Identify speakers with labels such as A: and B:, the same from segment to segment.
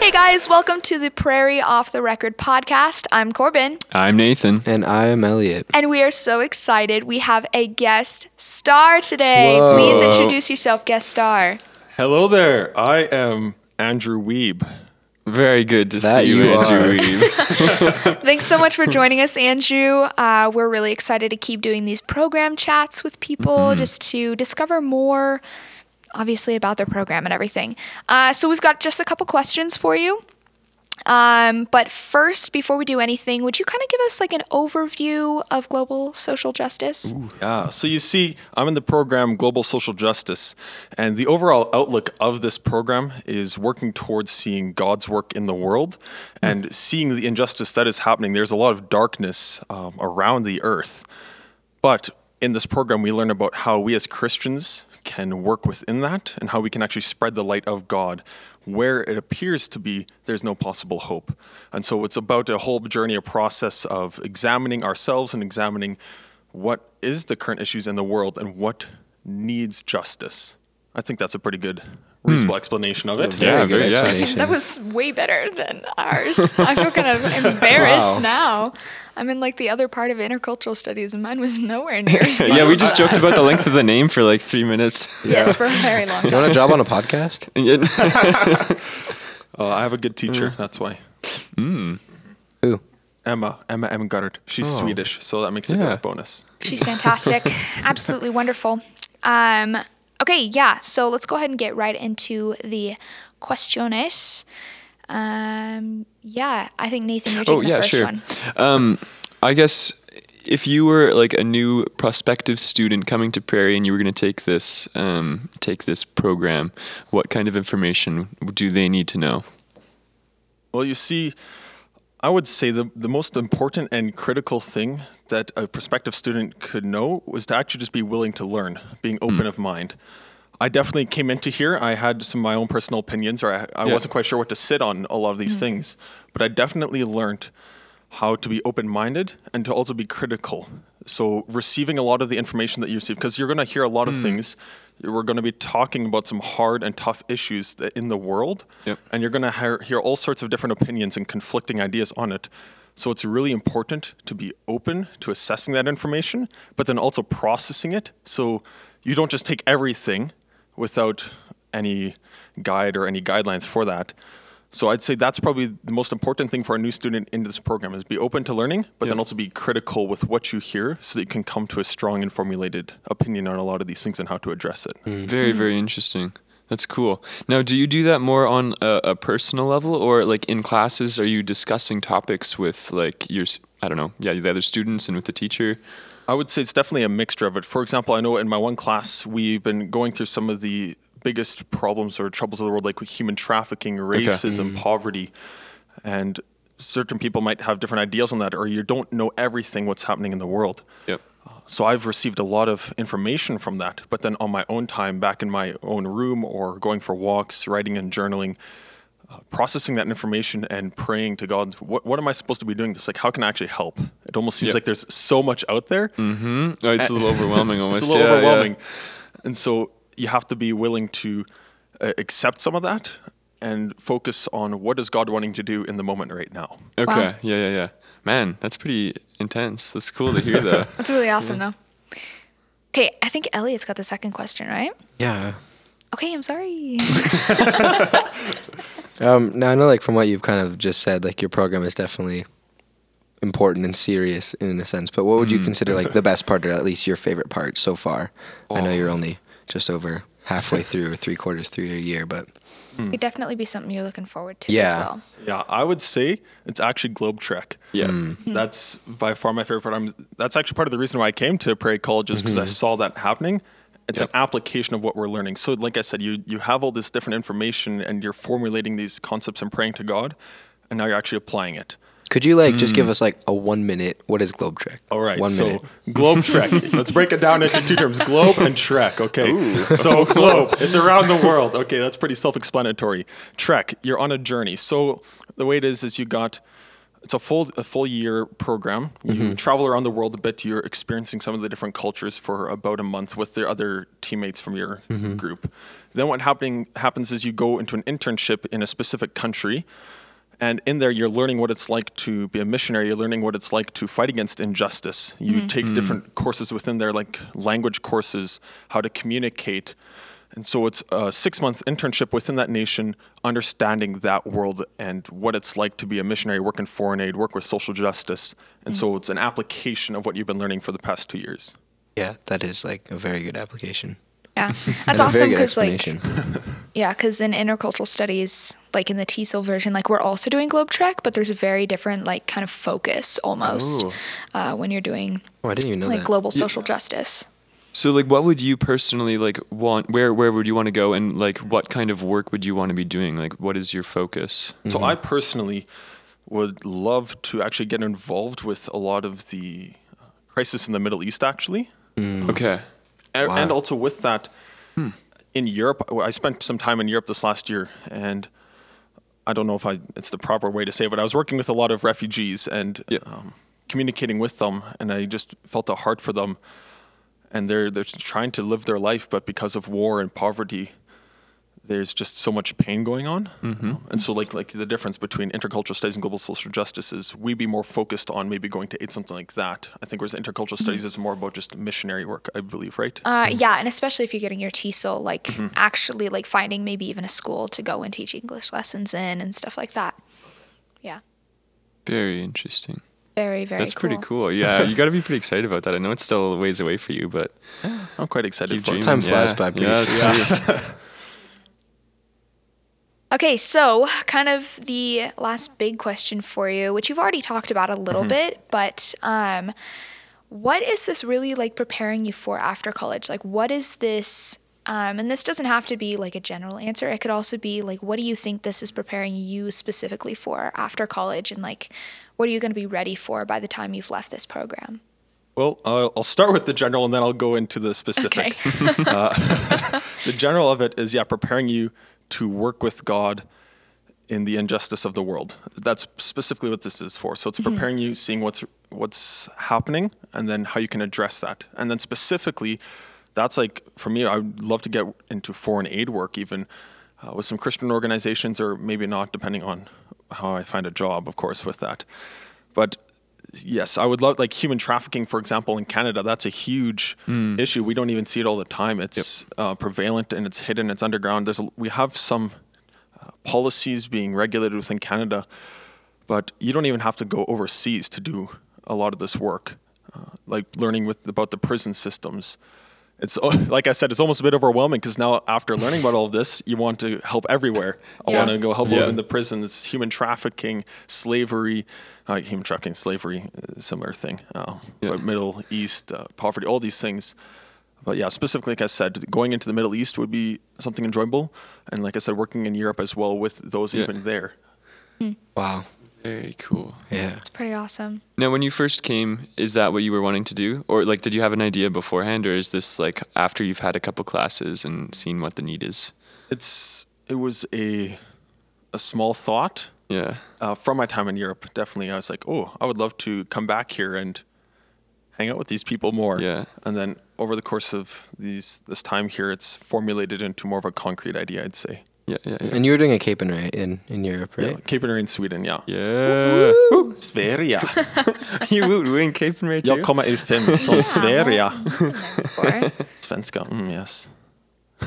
A: Hey guys, welcome to the Prairie Off the Record podcast. I'm Corbin,
B: I'm Nathan.
C: And I am Elliot.
A: and we are so excited. We have a guest star today.
C: Whoa.
A: Please introduce yourself, guest star.
D: Hello there. I am Andrew Weeb.
B: Very good to
C: That
B: see you,
C: you
B: Andrew Reeve.
A: Thanks so much for joining us, Andrew. Uh, we're really excited to keep doing these program chats with people just to discover more, obviously, about their program and everything. Uh, so, we've got just a couple questions for you. Um, but first, before we do anything, would you kind of give us like an overview of global social justice?
D: Yeah. So you see, I'm in the program Global Social Justice, and the overall outlook of this program is working towards seeing God's work in the world and seeing the injustice that is happening. There's a lot of darkness um, around the earth, but in this program, we learn about how we as Christians can work within that and how we can actually spread the light of God where it appears to be there's no possible hope. And so it's about a whole journey, a process of examining ourselves and examining what is the current issues in the world and what needs justice. I think that's a pretty good, reasonable explanation of it.
B: Hmm. Yeah, very- yeah.
A: That was way better than ours. I feel kind of embarrassed
C: Wow.
A: now. I'm in like the other part of intercultural studies, and mine was nowhere near as good
B: yeah, we
A: as
B: just
A: that.
B: joked about the length of the name for like three minutes.
A: Yes, for a very long
C: You
A: time.
C: want a job on a podcast?
B: yeah,
D: Uh, I have a good teacher,
B: Mm.
D: that's why.
C: Who?
D: Emma, Emma Emma Goddard. She's Swedish, so that makes it
B: Oh. Yeah.
D: a bonus.
A: She's fantastic. Absolutely wonderful. Um, okay, yeah. So let's go ahead and get right into the questiones. Um, yeah, I think Nathan, you're taking
B: oh
A: the
B: yeah,
A: first
B: sure.
A: one.
B: Um, I guess if you were like a new prospective student coming to Prairie and you were going to take this um, take this program, what kind of information do they need to know?
D: Well, you see, I would say the, the most important and critical thing that a prospective student could know was to actually just be willing to learn, being open of mind. I definitely came into here. I had some of my own personal opinions, or I, I
B: Yeah.
D: wasn't quite sure what to sit on a lot of these things, but I definitely learned how to be open minded and to also be critical. So, receiving a lot of the information that you receive, because you're going to hear a lot of things. We're going to be talking about some hard and tough issues that in the world,
B: Yep.
D: and you're going to hear, hear all sorts of different opinions and conflicting ideas on it. So, it's really important to be open to assessing that information, but then also processing it. So, you don't just take everything without any guide or any guidelines for that. So I'd say that's probably the most important thing for a new student into this program is be open to learning, but then also be critical with what you hear so that you can come to a strong and formulated opinion on a lot of these things and how to address it.
B: Mm-hmm.
A: Hmm.
B: Very very interesting. That's cool. Now, do you do that more on a, a personal level, or like in classes? Are you discussing topics with like your s- I don't know, yeah, the other students and with the teacher?
D: I would say it's definitely a mixture of it. For example, I know in my one class, we've been going through some of the biggest problems or troubles of the world, like with human trafficking, racism, poverty, and certain people might have different ideas on that, or you don't know everything what's happening in the world.
B: Yep.
D: So I've received a lot of information from that, but then on my own time, back in my own room or going for walks, writing and journaling, uh, processing that information and praying to God, what, what am I supposed to be doing this? Like, how can I actually help? It almost seems
B: Yeah.
D: like there's so much out there.
B: Oh, it's a little overwhelming almost.
D: It's a little
B: Yeah, yeah.
D: overwhelming. And so you have to be willing to uh, accept some of that and focus on what is God wanting to do in the moment right now.
B: Okay.
A: Wow.
B: Yeah, yeah, yeah. Man, that's pretty intense. That's cool to hear though.
A: That's really awesome, though. Okay, I think Elliot's got the second question, right?
C: Yeah.
A: Okay, I'm sorry.
C: Um, now I know, like from what you've kind of just said, like your program is definitely important and serious in a sense. But what would you consider like the best part, or at least your favorite part so far? I know you're only just over halfway through or three quarters through your year, but
A: It'd definitely be something you're looking forward to as
C: Yeah.
A: well.
D: Yeah, I would say it's actually Globe Trek.
B: Yeah.
D: That's by far my favorite part. I'm, that's actually part of the reason why I came to Prairie College is because I saw that happening. It's an application of what we're learning. So, like I said, you you have all this different information, and you're formulating these concepts and praying to God, and now you're actually applying it.
C: could you like just give us like a one minute? What is Globe Trek?
D: All right,
C: one
D: so
C: minute.
D: globe trek. Let's break it down into two terms: globe and trek. Okay, so globe, it's around the world. Okay, that's pretty self-explanatory. Trek, you're on a journey. So the way it is is you got it's a full a full year program. You
C: Mm-hmm.
D: travel around the world a bit. You're experiencing some of the different cultures for about a month with their other teammates from your
C: Mm-hmm.
D: group. Then what happening happens is you go into an internship in a specific country. And in there, you're learning what it's like to be a missionary. You're learning what it's like to fight against injustice. You take different courses within there, like language courses, how to communicate. And so it's a six month internship within that nation, understanding that world and what it's like to be a missionary, work in foreign aid, work with social justice. And so it's an application of what you've been learning for the past two years.
C: Yeah, that is like a very good application.
A: Yeah,
C: And
A: that's
C: a
A: awesome
C: very good
A: because like
C: explanation.
A: yeah, because in intercultural studies, like in the TESOL version, like we're also doing Globe Trek, but there's a very different like kind of focus almost
B: Oh.
A: uh, when you're doing
C: oh, I didn't even know
A: like
C: that.
A: global social justice.
B: So like what would you personally like want where where would you want to go and like what kind of work would you want to be doing? Like what is your focus?
D: So I personally would love to actually get involved with a lot of the crisis in the Middle East, actually.
B: Okay.
D: and,
C: Wow.
D: and also with that in Europe I spent some time in Europe this last year and I don't know if I it's the proper way to say it but I was working with a lot of refugees and um, communicating with them and I just felt the heart for them and they're they're just trying to live their life but because of war and poverty there's just so much pain going on Um, and so like like the difference between intercultural studies and global social justice is we be more focused on maybe going to aid something like that i think whereas intercultural studies is more about just missionary work i believe right
A: Uh,
B: Mm-hmm.
A: yeah, and especially if you're getting your TESOL, like actually like finding maybe even a school to go and teach English lessons in and stuff like that. Yeah,
B: Very interesting.
A: very very.
B: That's pretty cool. Yeah, you got to be pretty excited about that. I know it's still a ways away for you, but
D: I'm quite excited
B: keep
D: for
B: dreaming.
D: it.
C: Time flies
B: Yeah.
C: by pretty
B: yeah, it's
C: fast.
B: true.
A: Okay, so kind of the last big question for you, which you've already talked about a little bit, but um, what is this really like preparing you for after college? Like, what is this? Um, and this doesn't have to be like a general answer. It could also be like, what do you think this is preparing you specifically for after college? And like, what are you going to be ready for by the time you've left this program?
D: Well, I'll I'll start with the general and then I'll go into the specific. Uh, The general of it is, yeah, preparing you to work with God in the injustice of the world. That's specifically what this is for. So it's preparing you, seeing what's what's happening, and then how you can address that. And then specifically, that's like for me, I would love to get into foreign aid work, even uh, with some Christian organizations, or maybe not, depending on how I find a job, of course, with that. But yes, I would love like human trafficking, for example, in Canada. That's a huge issue. We don't even see it all the time. It's uh, prevalent and it's hidden. It's underground. There's a, we have some uh, policies being regulated within Canada, but you don't even have to go overseas to do a lot of this work, uh, like learning with about the prison systems. It's al- like I said, it's almost a bit overwhelming because now after learning about all of this, you want to help everywhere. I
A: Yeah.
D: want to go help
B: Yeah.
D: open the prisons, human trafficking, slavery, uh, human trafficking, slavery, uh, similar thing. Uh, But Middle East, uh, poverty, all these things. But yeah, specifically, like I said, going into the Middle East would be something enjoyable. And like I said, working in Europe as well with those
B: Yeah.
D: even there.
C: Wow.
B: Very cool.
C: Yeah.
A: It's pretty awesome.
B: Now, when you first came, is that what you were wanting to do, or like, did you have an idea beforehand, or is this like after you've had a couple classes and seen what the need is?
D: It's it was a a small thought
B: Yeah.
D: uh, from my time in Europe. Definitely, I was like, oh, I would love to come back here and hang out with these people more.
B: Yeah.
D: And then over the course of these this time here, it's formulated into more of a concrete idea. I'd say.
B: Yeah. Yeah. Yeah.
C: And you were doing a Capen right in in Europe,
D: Yeah,
C: right?
D: Cape Henry in Sweden. Yeah.
B: yeah.
D: Sverige.
B: you would win Cape and Ray
D: Jag kommer ifrån från Sverige.
A: Or-
D: Svenska. Mm, yes.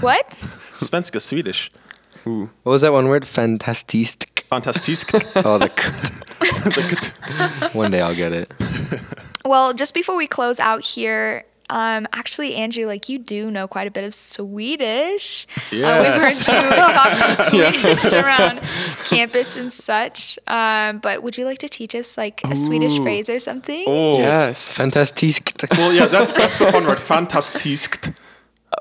A: what?
D: Svenska, Swedish.
C: What was that one word? Fantastiskt.
D: Fantastiskt.
C: Oh, the. one day I'll get it.
A: Well, just before we close out here, um, actually, Andrew, like you do know quite a bit of Swedish. Uh, we've heard you talk some Swedish around campus and such. Um, but would you like to teach us like a Swedish phrase or something?
B: Oh. Yes.
C: Fantastiskt.
D: Well, yeah, that's that's the fun word. Fantastiskt.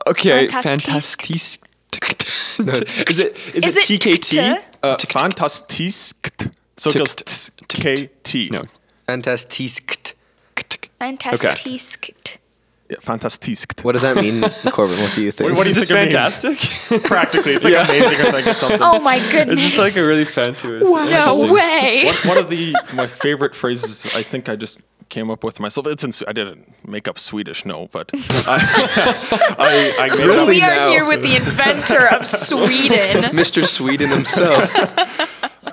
B: Okay.
A: Fantastisk.
B: Fantastisk. is it is,
A: Is
B: it
A: it
B: TKT?
A: kkt?
D: Uh, fantastiskt. So it goes
B: Tikt.
D: t- KT.
B: No.
C: Fantastiskt.
A: Fantastiskt.
D: Yeah, fantastiskt.
C: What does that mean, Corbin? What do you think?
D: What do you
B: It's just
D: think it means?
B: fantastic.
D: Practically, it's like
B: Yeah.
D: amazing or like or something.
A: Oh my goodness.
B: it's just like a really fancy way. to say it.
A: no
B: Interesting.
A: way.
D: one, one of the my favorite phrases I think I just came up with myself. It's in, Swe- I didn't make up Swedish, no, but I, I, I made it up.
A: we are
C: now.
A: here with the inventor of Sweden.
C: Mr. Sweden himself.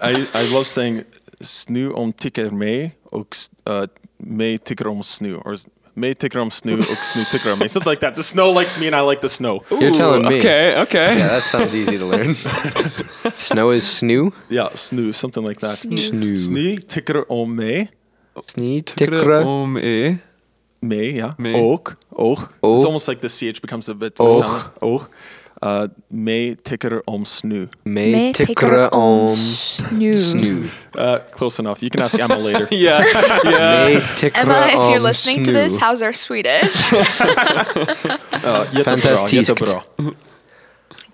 D: I, I love saying snu om tycker mig och uh, mig tycker om snu or mig tycker om snu och snu tycker om mig. Something like that. The snow likes me and I like the snow.
C: You're telling me.
B: Okay, okay.
C: Yeah, that sounds easy to learn. Snow is snoo.
D: Yeah, snu, something like that.
A: Snu.
C: Snoo.
D: Snu tycker om mig.
C: Snee.
B: Tycker
C: Tikra.
B: om er.
D: Mig, yeah.
B: Mig.
D: Och, och.
C: Och.
D: It's almost like the CH becomes a bit
C: Och.
D: sound. Och. Uh, mig tycker om snu.
C: Me. Tikra. Om.
A: news.
C: Snoo.
D: Uh, close enough. You can ask Emma later.
B: Yeah, yeah.
C: Me. Tikra.
A: Emma, if you're
C: om
A: listening to this,
C: snoo.
A: how's our Swedish?
D: Uh, jättebra,
C: Fantastiskt.
D: jättebra.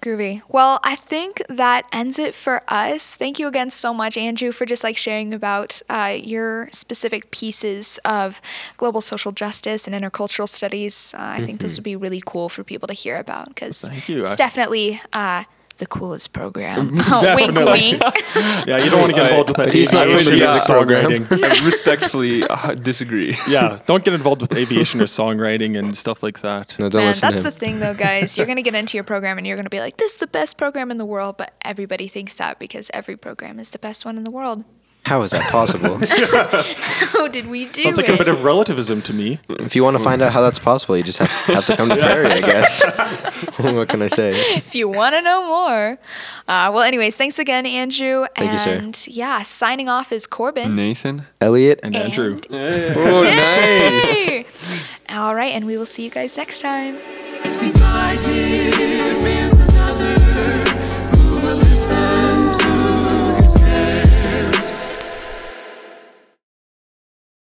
A: Groovy. Well, I think that ends it for us. Thank you again so much, Andrew, for just like sharing about uh, your specific pieces of global social justice and intercultural studies. Uh, I think this would be really cool for people to hear about because
D: Mm-hmm. Thank you.
A: it's
D: I- Mm-hmm.
A: definitely uh, the coolest program. wink, wink.
D: Yeah, you don't want to get
B: I-
D: involved with that.
C: But he's not
D: aviation
C: from the
D: or
C: music program.
D: songwriting.
B: I respectfully uh, disagree.
D: yeah, don't get involved with aviation or songwriting and stuff like that.
C: No, don't
A: Man,
C: listen
A: that's
C: to
A: the
C: him.
A: thing, though, guys. You're gonna get into your program and you're gonna be like, "This is the best program in the world," but everybody thinks that because every program is the best one in the world.
C: How is that possible?
A: How did we do
D: Sounds
A: it?
D: like a bit of relativism to me.
C: if you want to find out how that's possible, you just have, have to come to Prairie, I guess. what can I say?
A: if you want to know more, uh, well, anyways, thanks again, Andrew.
C: Thank you, sir.
A: and yeah, signing off is Corbin.
B: Nathan.
C: Elliot.
D: And Andrew.
C: Oh, nice.
A: All right, and we will see you guys next time.
E: beside him in